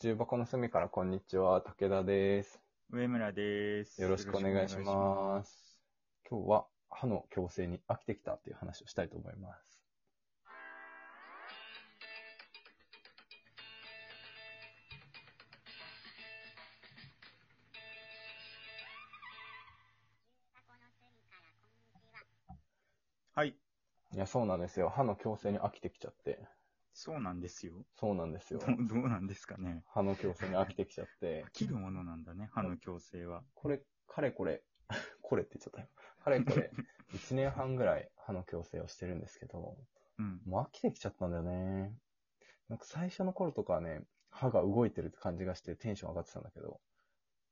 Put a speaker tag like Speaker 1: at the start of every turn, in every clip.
Speaker 1: 中箱の隅からこんにちは、武田です。
Speaker 2: 上村です。
Speaker 1: よろしくお願いします。今日は歯の矯正に飽きてきたっていう話をしたいと思います。
Speaker 2: はい。
Speaker 1: いや、そうなんですよ。歯の矯正に飽きてきちゃって。
Speaker 2: そうなんですよ。
Speaker 1: そうなんです
Speaker 2: ど
Speaker 1: よ
Speaker 2: う。どうなんですかね。
Speaker 1: 歯の矯正に飽きてきちゃって。
Speaker 2: 切るものなんだね、歯の矯正は。
Speaker 1: これ、かれこれ、 これって言っちゃったよ。かれこれ、1年半ぐらい歯の矯正をしてるんですけど、
Speaker 2: うん。
Speaker 1: もう飽きてきちゃったんだよね。なんか最初の頃とかはね、歯が動いてるって感じがしてテンション上がってたんだけど。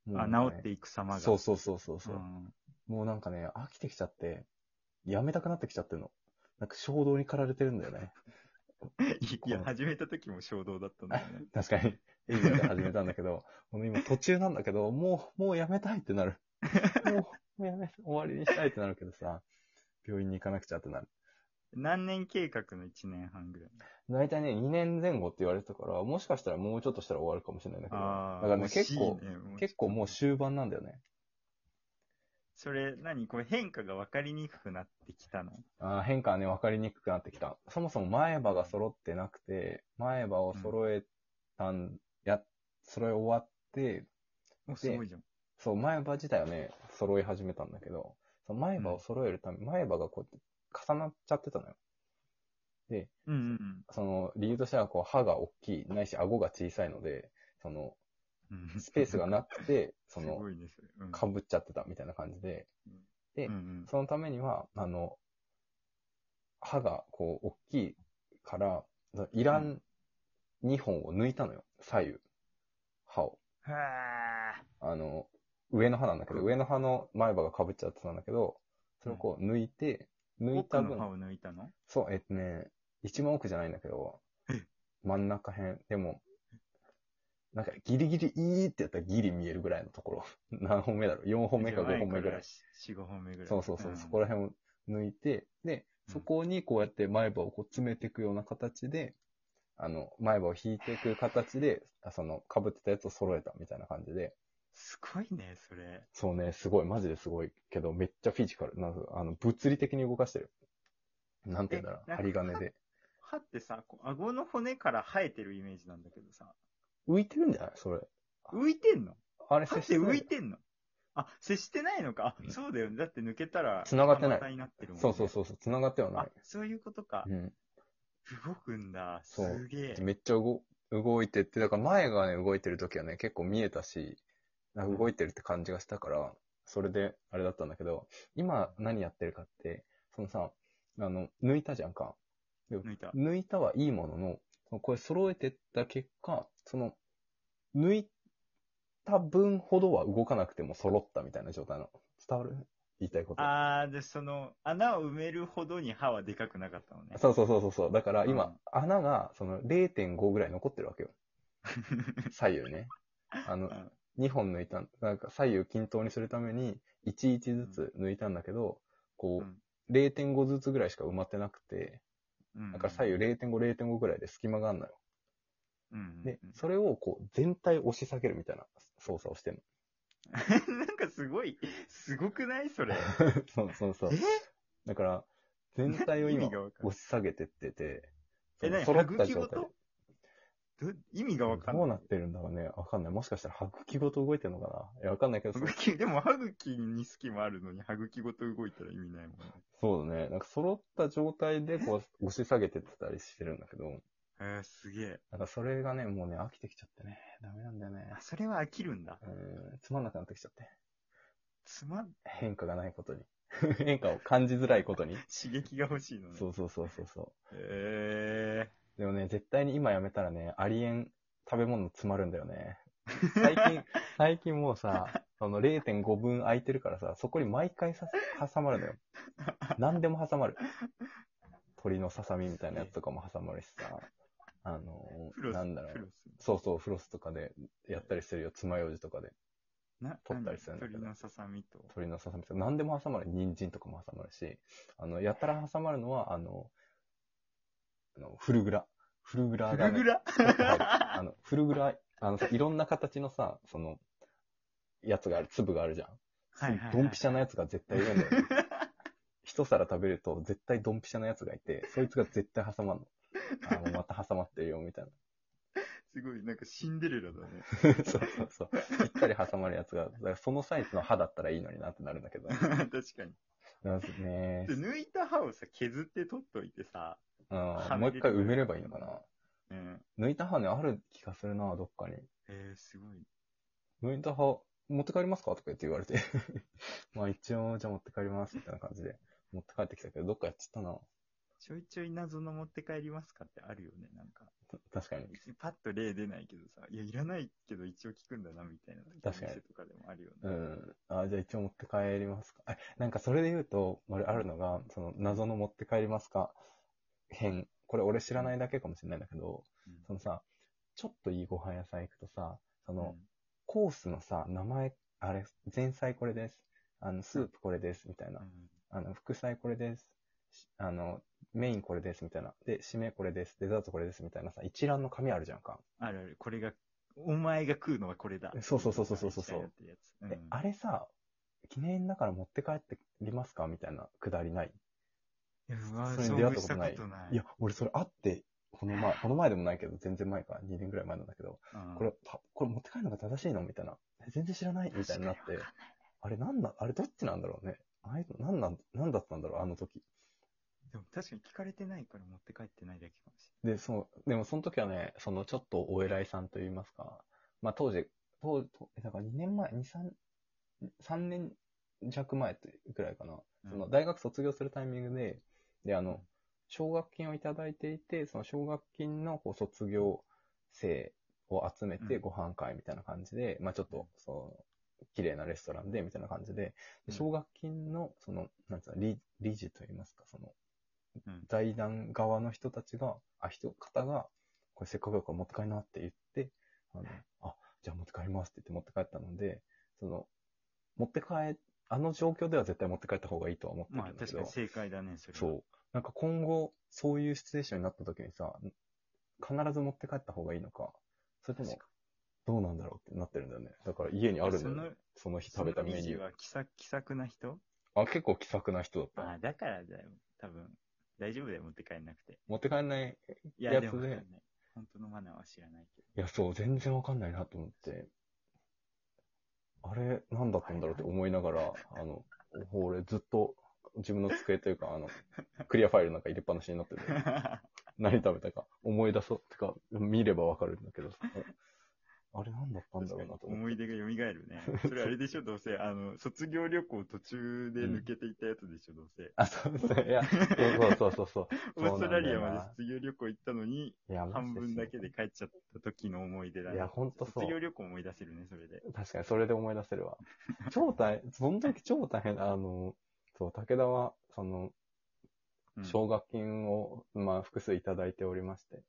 Speaker 1: も
Speaker 2: あ、
Speaker 1: うなん
Speaker 2: 治
Speaker 1: かね
Speaker 2: っていく様が。
Speaker 1: そうそうそうそうそう、
Speaker 2: ん
Speaker 1: もうなんかね、飽きてきちゃって、やめたくなってきちゃってるの。なんか衝動に駆られてるんだよね。
Speaker 2: いい
Speaker 1: こ
Speaker 2: や、
Speaker 1: の
Speaker 2: 始めた時も衝動だったんだよね。
Speaker 1: 確かに。エイジアで始めたんだけど、 この今途中なんだけど、もう、もうやめたいってな る。もう、もうやめ、終わりにしたいってなるけどさ、病院に行かなくちゃってなる。
Speaker 2: 何年計画の1年半ぐらい。
Speaker 1: 大体ね、2年前後って言われてたから、もしかしたらもうちょっとしたら終わるかもしれないんだけど。だ
Speaker 2: ああ、
Speaker 1: からね、
Speaker 2: 惜し
Speaker 1: 結
Speaker 2: い
Speaker 1: 構、
Speaker 2: ねもう
Speaker 1: 結構もう終盤なんだよね。
Speaker 2: それ、何これ変化が分かりにくくなってきたの。
Speaker 1: あー変化はね、分かりにくくなってきた。そもそも前歯が揃ってなくて、前歯を揃えたん、や、揃え終わって、
Speaker 2: お、すごいじゃん。
Speaker 1: そう、前歯自体はね、揃え始めたんだけど、その前歯を揃えるため、前歯がこうやって重なっちゃってたのよ。
Speaker 2: うんうん
Speaker 1: その理由としては、こう、歯が大きい、ないし、顎が小さいので、その、
Speaker 2: うん。うん
Speaker 1: スペースがなくて、そ
Speaker 2: す
Speaker 1: の
Speaker 2: ご、いね、それ。うん
Speaker 1: かぶっちゃってたみたいな感じで、て
Speaker 2: うんうん
Speaker 1: そのためには、あの、歯がこう、大きいから、いらん2本を抜いたのよ、左右。歯を。
Speaker 2: はあ。
Speaker 1: あの、上の歯なんだけど、
Speaker 2: うん
Speaker 1: 上の歯の前歯がかぶっちゃってたんだけど、それをこう抜いて、抜い
Speaker 2: 奥
Speaker 1: た
Speaker 2: の歯
Speaker 1: 分、
Speaker 2: を抜いたの
Speaker 1: そう、えっとね、一番奥じゃないんだけど、真ん中辺、でも、なんかギリギリいいってやったらギリ見えるぐらいのところ。 何本目だろう ?4 本目か5本目ぐらい。
Speaker 2: 4、5本目ぐらい。
Speaker 1: そうそうそう、
Speaker 2: ん
Speaker 1: そこら辺を抜いて、で、
Speaker 2: うん
Speaker 1: そこにこうやって前歯をこう詰めていくような形で、あの、前歯を引いていく形で、あその、被ってたやつを揃えたみたいな感じで、
Speaker 2: すごいね、それ。
Speaker 1: そうね、すごい、マジですごいけど、めっちゃフィジカル。なんかあの物理的に動かしてる。なんて言うんだろ
Speaker 2: え
Speaker 1: う、
Speaker 2: なんか
Speaker 1: 針金で。
Speaker 2: 歯ってさ、こう顎の骨から生えてるイメージなんだけどさ、
Speaker 1: 浮いてるんじゃないそれ。
Speaker 2: 浮いてんの
Speaker 1: あれ、
Speaker 2: 歯
Speaker 1: 接
Speaker 2: っ
Speaker 1: して
Speaker 2: て
Speaker 1: な
Speaker 2: 浮
Speaker 1: い
Speaker 2: いてんのあ、接してないのか。
Speaker 1: う
Speaker 2: あ、
Speaker 1: ん
Speaker 2: そうだよね。だって抜けたら、
Speaker 1: 繋がってない
Speaker 2: 歯型になってるもん、ね。
Speaker 1: そうそう
Speaker 2: う。
Speaker 1: そうそう、繋がってはな
Speaker 2: あ
Speaker 1: い。、
Speaker 2: そういうことか
Speaker 1: う。ん。
Speaker 2: 動くんだ。す
Speaker 1: そう
Speaker 2: げえ。
Speaker 1: めっちゃ動動いてって、だから前がね、動いてる時はね、結構見えたし、なんか動いてるって感じがしたから、それであれだったんだけど、今何やってるかって、そのさ、あの、抜いたじゃんか。
Speaker 2: 抜いた。
Speaker 1: 抜いたはいいものの、そのこれ揃えてった結果、その、抜いた分ほどは動かなくても揃ったみたいな状態なの。伝わる言いたいこと。
Speaker 2: あー、で、その、穴を埋めるほどに歯はでかくなかったのね。
Speaker 1: そうそうそうそうそう。だから今、
Speaker 2: うん
Speaker 1: 穴がその0.5ぐらい残ってるわ けよ。左右ね。あ
Speaker 2: う
Speaker 1: の、
Speaker 2: ん
Speaker 1: 2本抜いた、なんか左右均等にするために、1、1ずつ抜いたんだけど、こ
Speaker 2: うん
Speaker 1: う、0.5ずつぐらいしか埋まってなくて、
Speaker 2: うん
Speaker 1: だから左右0.5、0.5ぐらいで隙間があんのよ。
Speaker 2: うんうんうん
Speaker 1: で、それをこう、全体押し下げるみたいな操作をしてる
Speaker 2: なん かすごい、すごくない それ。
Speaker 1: の。 そうそうそう。だから、全体を
Speaker 2: 意
Speaker 1: 今
Speaker 2: 味、がわかんない
Speaker 1: 押し下げてってて、
Speaker 2: え、
Speaker 1: その揃
Speaker 2: 何歯
Speaker 1: った
Speaker 2: 茎
Speaker 1: 状
Speaker 2: ご
Speaker 1: 態
Speaker 2: とど意味がわかん
Speaker 1: どう
Speaker 2: ない。
Speaker 1: なってるんだろうね。わかんない。もしかしたら歯茎ごと動いてるのかないや、わかんないけど、
Speaker 2: 歯
Speaker 1: そ
Speaker 2: 茎、でも歯茎に隙間あるのに歯茎ごと動いたら意味ないもんね。
Speaker 1: そうだね。なんか揃った状態でこう、押し下げてってたりしてるんだけど、
Speaker 2: えー、すげえ。
Speaker 1: なんかそれがね、もうね、飽きてきちゃってね。ダメなんだよね。
Speaker 2: あ、それは飽きるんだ。
Speaker 1: うん、つまんなくなってきちゃって。
Speaker 2: つまん、
Speaker 1: 変化がないことに。 変化を感じづらいことに。
Speaker 2: 刺激が欲しいのね。
Speaker 1: そうそうそうそうそ
Speaker 2: え
Speaker 1: う。でもね、絶対に今やめたらね、ありえん食べ物詰まるんだよ ね。最近、最近もうさ、その0.5分空いてるからさ、そこに毎回さ挟まる のよ。何でも挟まる。鳥のささみみたいなやつとかも挟まるしさ、あ
Speaker 2: ー、
Speaker 1: の
Speaker 2: フロ、ス。
Speaker 1: なんだろ
Speaker 2: フロ
Speaker 1: う。
Speaker 2: ス。
Speaker 1: そうそう、フロスとかでやったりするよ。爪楊枝とかで。
Speaker 2: な、
Speaker 1: 取ったりするんだけど
Speaker 2: 鳥のささみと。
Speaker 1: 鳥のささみとか、何でも挟まる。人参とかも挟まるし、あの、やたら挟まるのは、あの、あのフルグラ。フルグラ
Speaker 2: フ
Speaker 1: が、
Speaker 2: ル
Speaker 1: ね、
Speaker 2: グラ
Speaker 1: ちょっと入るあの、フルグラあのさ、いろんな形のさ、その、やつがある、粒があるじゃん。
Speaker 2: はいはいはい
Speaker 1: ドンピシャなやつが絶対いるんだよ、ね。一皿食べると絶対ドンピシャなやつがいて、そいつが絶対挟まんの。あ、 もうまた挟まってるよ、みたいな。
Speaker 2: すごい、なんかシンデレラだね。
Speaker 1: そうそうそう。ぴったり挟まるやつが、だからそのサイズの歯だったらいいのになってなるんだけど、ね。
Speaker 2: 確かに。
Speaker 1: なんすね
Speaker 2: で、抜いた歯をさ、削って取っといてさ、
Speaker 1: うん、もう一回埋めればいいのかな。
Speaker 2: うん。
Speaker 1: 抜いた歯ね、ある気がするな、どっかに。
Speaker 2: えー、すごい。
Speaker 1: 抜いた歯、持って帰りますかとか言って言われて。 まあ一応、じゃあ持って帰ります、みたいな感じで。持って帰ってきたけど、どっかやっちゃったな。
Speaker 2: ちょいちょい謎の持って帰りますかってあるよね、なんか。
Speaker 1: た確かに。
Speaker 2: パッと例出ないけどさ、いや、いらないけど一応聞くんだな、みたいな。
Speaker 1: 確かに
Speaker 2: お店とかでもあるよ
Speaker 1: う
Speaker 2: ね。
Speaker 1: ん。あ、じゃあ一応持って帰りますか。えなんかそれで言うと、あれあるのが、その謎の持って帰りますか編。これ俺知らないだけかもしれないんだけど、
Speaker 2: うん
Speaker 1: そのさ、ちょっといいご飯屋さん行くとさ、その、
Speaker 2: うん
Speaker 1: コースのさ、名前、あれ、前菜これです。あの、スープこれです、みたいな
Speaker 2: う。ん
Speaker 1: あの、副菜これです。しあの、メインこれです、みたいな。で、締めこれです。デザートこれです、みたいなさ、一覧の紙あるじゃんか。
Speaker 2: あるある。これが、お前が食うのはこれだ。
Speaker 1: そうそうそうそうそうそう
Speaker 2: みたいなやってるやつうん
Speaker 1: え、あれさ、記念だから持って帰ってきますかみたいなくだりない。
Speaker 2: いやうわ
Speaker 1: それに
Speaker 2: 遭
Speaker 1: 出会
Speaker 2: 遇
Speaker 1: っ
Speaker 2: し
Speaker 1: こ
Speaker 2: た
Speaker 1: とない
Speaker 2: たことない。
Speaker 1: いや、俺それあって、この前、 この前でもないけど、全然前か、2年ぐらい前なんだけど、
Speaker 2: うん、
Speaker 1: これ、たこれ持って帰るのが正しいのみたいな。え全然知らないみたいになって
Speaker 2: 確かにわかん、
Speaker 1: あれなんだ、あれどっちなんだろうね。ああいうの、なんなん、なんだったんだろう、あの時。
Speaker 2: でも確かに聞かれてないから持って帰ってないだけかもし
Speaker 1: で、そう、でもその時はね、そのちょっとお偉いさんと言いますか、まあ当時、当当だから2年前、2、3、3年弱前というくらいかな、
Speaker 2: うん
Speaker 1: その大学卒業するタイミングで、で、あ
Speaker 2: うん
Speaker 1: の、奨学金をいただいていて、その奨学金のこう卒業生を集めて
Speaker 2: うん
Speaker 1: ご飯会みたいな感じで、まあちょっと、その、綺麗なレストランでみたいな感じで、で
Speaker 2: うん
Speaker 1: 奨学金の、その、なんつうの、理理事と言いますか、その、
Speaker 2: れない。
Speaker 1: 財団側の人たちが、あ、人、方が、これせっかくだから持って帰りなって言って、あの、あ、じゃあ持って帰りますって言って持って帰ったので、その、持って帰、あの状況では絶対持って帰った方がいいとは思って
Speaker 2: うん。
Speaker 1: る
Speaker 2: まあ
Speaker 1: んだけど、
Speaker 2: 確かに正解だね、それは。
Speaker 1: そう。なんか今後、そういうシチュエーションになった時にさ、必ず持って帰った方がいいのか、それとも
Speaker 2: 確、
Speaker 1: どうなんだろうってなってるんだよね。だから家にあるんだよね、その日
Speaker 2: そ
Speaker 1: 食
Speaker 2: の
Speaker 1: べたメニ
Speaker 2: 理事
Speaker 1: ュー。
Speaker 2: は気さ気さくな人
Speaker 1: あ、結構気さくな人だった
Speaker 2: ああ、
Speaker 1: な。
Speaker 2: だからだよ。多分、大丈夫だよ、持って帰んなくて。
Speaker 1: 持って帰んない、
Speaker 2: いや、
Speaker 1: や
Speaker 2: でも
Speaker 1: つ
Speaker 2: わ
Speaker 1: で
Speaker 2: かんない。本当のマナーは知らないけど。
Speaker 1: いや、そう、全然わかんないなと思って、あれ、なんだったんだろうって思いながら、あの、俺ずっと自分の机というか、あの、クリアファイルなんか入れっぱなしにな ってて、何食べたか思い出そう、てか、見ればわかるんだけど、あれなんだったんだろうなと思って。
Speaker 2: 思い出が蘇るね。それあれで しょ、どうせ。あの、卒業旅行途中で抜けていったやつでしょ、どうせ。
Speaker 1: あ、そうそう、いや、そうそうそうそう。 そう
Speaker 2: オー
Speaker 1: な
Speaker 2: ス
Speaker 1: ん
Speaker 2: ト
Speaker 1: だよな
Speaker 2: ラリアまで卒業旅行行ったのに、
Speaker 1: いや、マジ
Speaker 2: 半
Speaker 1: で
Speaker 2: 分だけで帰っちゃった時の思い出だね。
Speaker 1: いやほんとそう
Speaker 2: 卒業旅行思い出せるね、それで。
Speaker 1: 確かに、それで思い出せるわ。超大変、その時超大変、あの、そう、武田は、その、
Speaker 2: うん
Speaker 1: 奨学金を、まあ、複数いただいておりまして、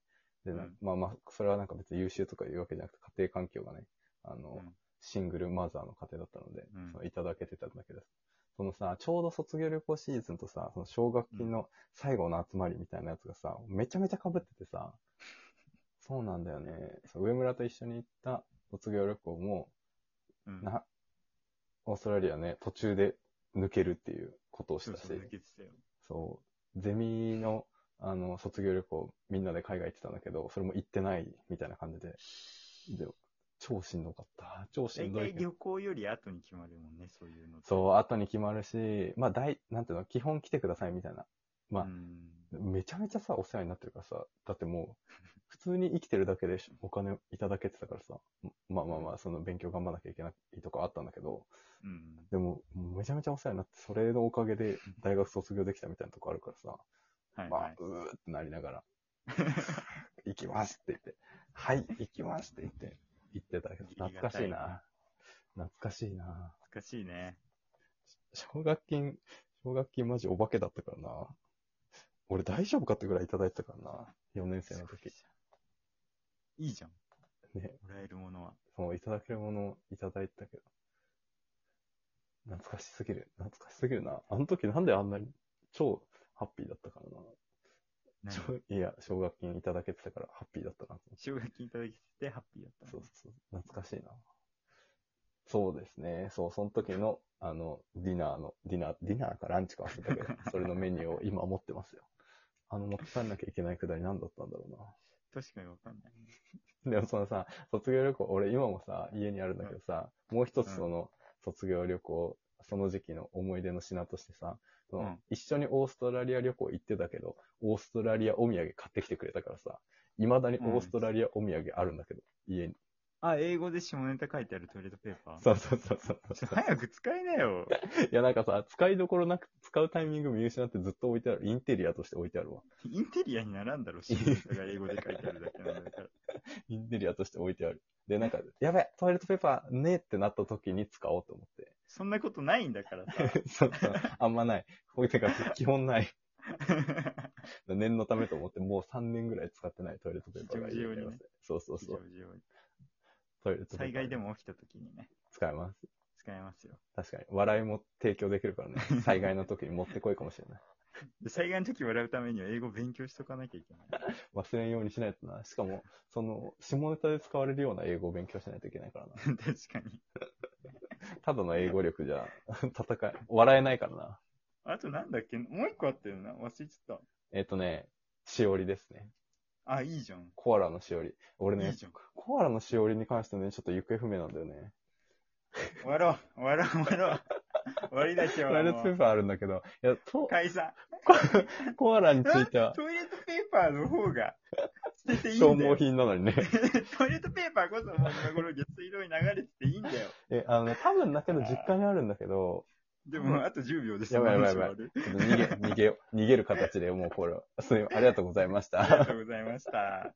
Speaker 1: で、な
Speaker 2: うん
Speaker 1: まあまあ、それはなんか別に優秀とかいうわけじゃなくて、家庭環境がね、あの、
Speaker 2: うん
Speaker 1: シングルマザーの家庭だったので、
Speaker 2: うん
Speaker 1: そのいただけてたんだけど、そのさ、ちょうど卒業旅行シーズンとさ、その奨学金の最後の集まりみたいなやつがさ、めちゃめちゃ被ってて さ、そうなんだよね。そう上村と一緒に行った卒業旅行も、
Speaker 2: うん
Speaker 1: な、オーストラリアね、途中で抜けるっていうことをし
Speaker 2: そう
Speaker 1: たし
Speaker 2: そう、、抜けてたよ。
Speaker 1: そう、ゼミの、あの、卒業旅行、みんなで海外行ってたんだけど、それも行ってないみたいな感じで、で、超しんどかった。超し
Speaker 2: 大
Speaker 1: んどい
Speaker 2: 体
Speaker 1: けど。
Speaker 2: 旅行より後に決まるもんね、そういうのって。
Speaker 1: そう、後に決まるし、まあ、大、なんていうの、基本来てくださいみたいな。まあ
Speaker 2: うん
Speaker 1: めちゃめちゃさ、お世話になってるからさ、だってもう、普通に生きてるだけでしお金いただけてたからさ、まあまあまあ、その勉強頑張らなきゃいけないとかあったんだけど、
Speaker 2: うん。
Speaker 1: でも、もうめちゃめちゃお世話になって、それのおかげで大学卒業できたみたいなとこあるからさ、
Speaker 2: はい
Speaker 1: ま
Speaker 2: は
Speaker 1: あ
Speaker 2: い、。
Speaker 1: うーってなりながら、 行きますって言って、はい、行きますって言って、行ってたけど、懐かしいな。懐かしいな。
Speaker 2: 難しいね。
Speaker 1: 奨学金、奨学金マジお化けだったからな。俺大丈夫かってぐらいいただいてたからな。4年生の時。
Speaker 2: いいじゃん。
Speaker 1: ね、
Speaker 2: もらえるものは。
Speaker 1: そのいただけるものをいただいたけど。懐かしすぎる。懐かしすぎるな。あの時なんであんなに超ハッピーだったからな。
Speaker 2: 何
Speaker 1: 奨いや、奨学金いただけてたからハッピーだったなと思って。
Speaker 2: 奨学金いただきてハッピーだったの。
Speaker 1: そうそうそう。懐かしいな。そうですね。そう、その時の、あの、ディナーの、ディナー、ディナーかランチか忘れたけど、それのメニューを今持ってますよ。あの、持って帰んなきゃいけないくだり何だったんだろう
Speaker 2: 確かにわかんない。
Speaker 1: な。でもそのさ、卒業旅行、俺今もさ、家にあるんだけどさ、もう一つその、卒業旅行、その時期の思い出の品としてさ、その
Speaker 2: うん
Speaker 1: 一緒にオーストラリア旅行行ってたけど、オーストラリアお土産買ってきてくれたからさ、未だにオーストラリアお土産あるんだけど、家に。
Speaker 2: あ、英語で下ネタ書いてあるトイレットペーパー
Speaker 1: そうそうそうそう。
Speaker 2: ちょ早く使いなよ。
Speaker 1: いや、なんかさ、使いどころなく、使うタイミング見失ってずっと置いてある。インテリアとして置いてあるわ。
Speaker 2: インテリアにならんだろ、下ネタが英語で書いてあるだけなんだから。
Speaker 1: インテリアとして置いてある。で、なんか、やべえ、トイレットペーパーねえってなった時に使おうと思
Speaker 2: そんなことないんだからさ。
Speaker 1: って。 そうそう、あんまない。こういうてか、基本ない。念のためと思って、もう3年ぐらい使ってないトイレットペーパーが家にあります。そうそう
Speaker 2: 非
Speaker 1: そ
Speaker 2: 常
Speaker 1: う。
Speaker 2: 時用に
Speaker 1: トイレットペーパー。
Speaker 2: 災害で。も起きた時にね、
Speaker 1: 使えます。
Speaker 2: 使えますよ。
Speaker 1: 確かに。笑いも提供できるから ね。災害の時にもってこいかもしれない。
Speaker 2: で災害の時笑うためには英語勉強しとかなきゃいけない。
Speaker 1: 忘れんようにしないとな。しかも、その、下ネタで使われるような英語を勉強しないといけないからな。
Speaker 2: 確かに。
Speaker 1: ただの英語力じゃ、 戦い、笑えないからな。
Speaker 2: あとなんだっけもう一個あったよな忘れちゃっ
Speaker 1: えっ、とね、しおりですね。
Speaker 2: た。あ、いいじゃん。
Speaker 1: コアラのしおり。俺
Speaker 2: いい
Speaker 1: ね、
Speaker 2: じゃん。
Speaker 1: コアラのしおりに関してね、ちょっと行方不明なんだよね。
Speaker 2: 終わろう。終わろう。終わろう。終わりだ、今日
Speaker 1: ト
Speaker 2: は
Speaker 1: イレット
Speaker 2: もう
Speaker 1: ペーパーあるんだけど、いや、と、
Speaker 2: 解散。
Speaker 1: コアラにつ
Speaker 2: トイレ
Speaker 1: い
Speaker 2: ッ
Speaker 1: ては
Speaker 2: トペーパーの方が捨てていい
Speaker 1: 消
Speaker 2: んだ
Speaker 1: 耗
Speaker 2: よ。
Speaker 1: 品な のにね。
Speaker 2: トイレットペーパーこそもう今頃月色に流れてていいんだよ。
Speaker 1: え、あのね、多分だけど実家にあるんだけど、
Speaker 2: でもあと10秒です。
Speaker 1: やばいやばい
Speaker 2: 終
Speaker 1: やばい
Speaker 2: わる
Speaker 1: ちょっと逃げ、逃げよう、逃げる形でもうこれ、すいません、ありがとうございまし
Speaker 2: あり
Speaker 1: た
Speaker 2: が。とうございました。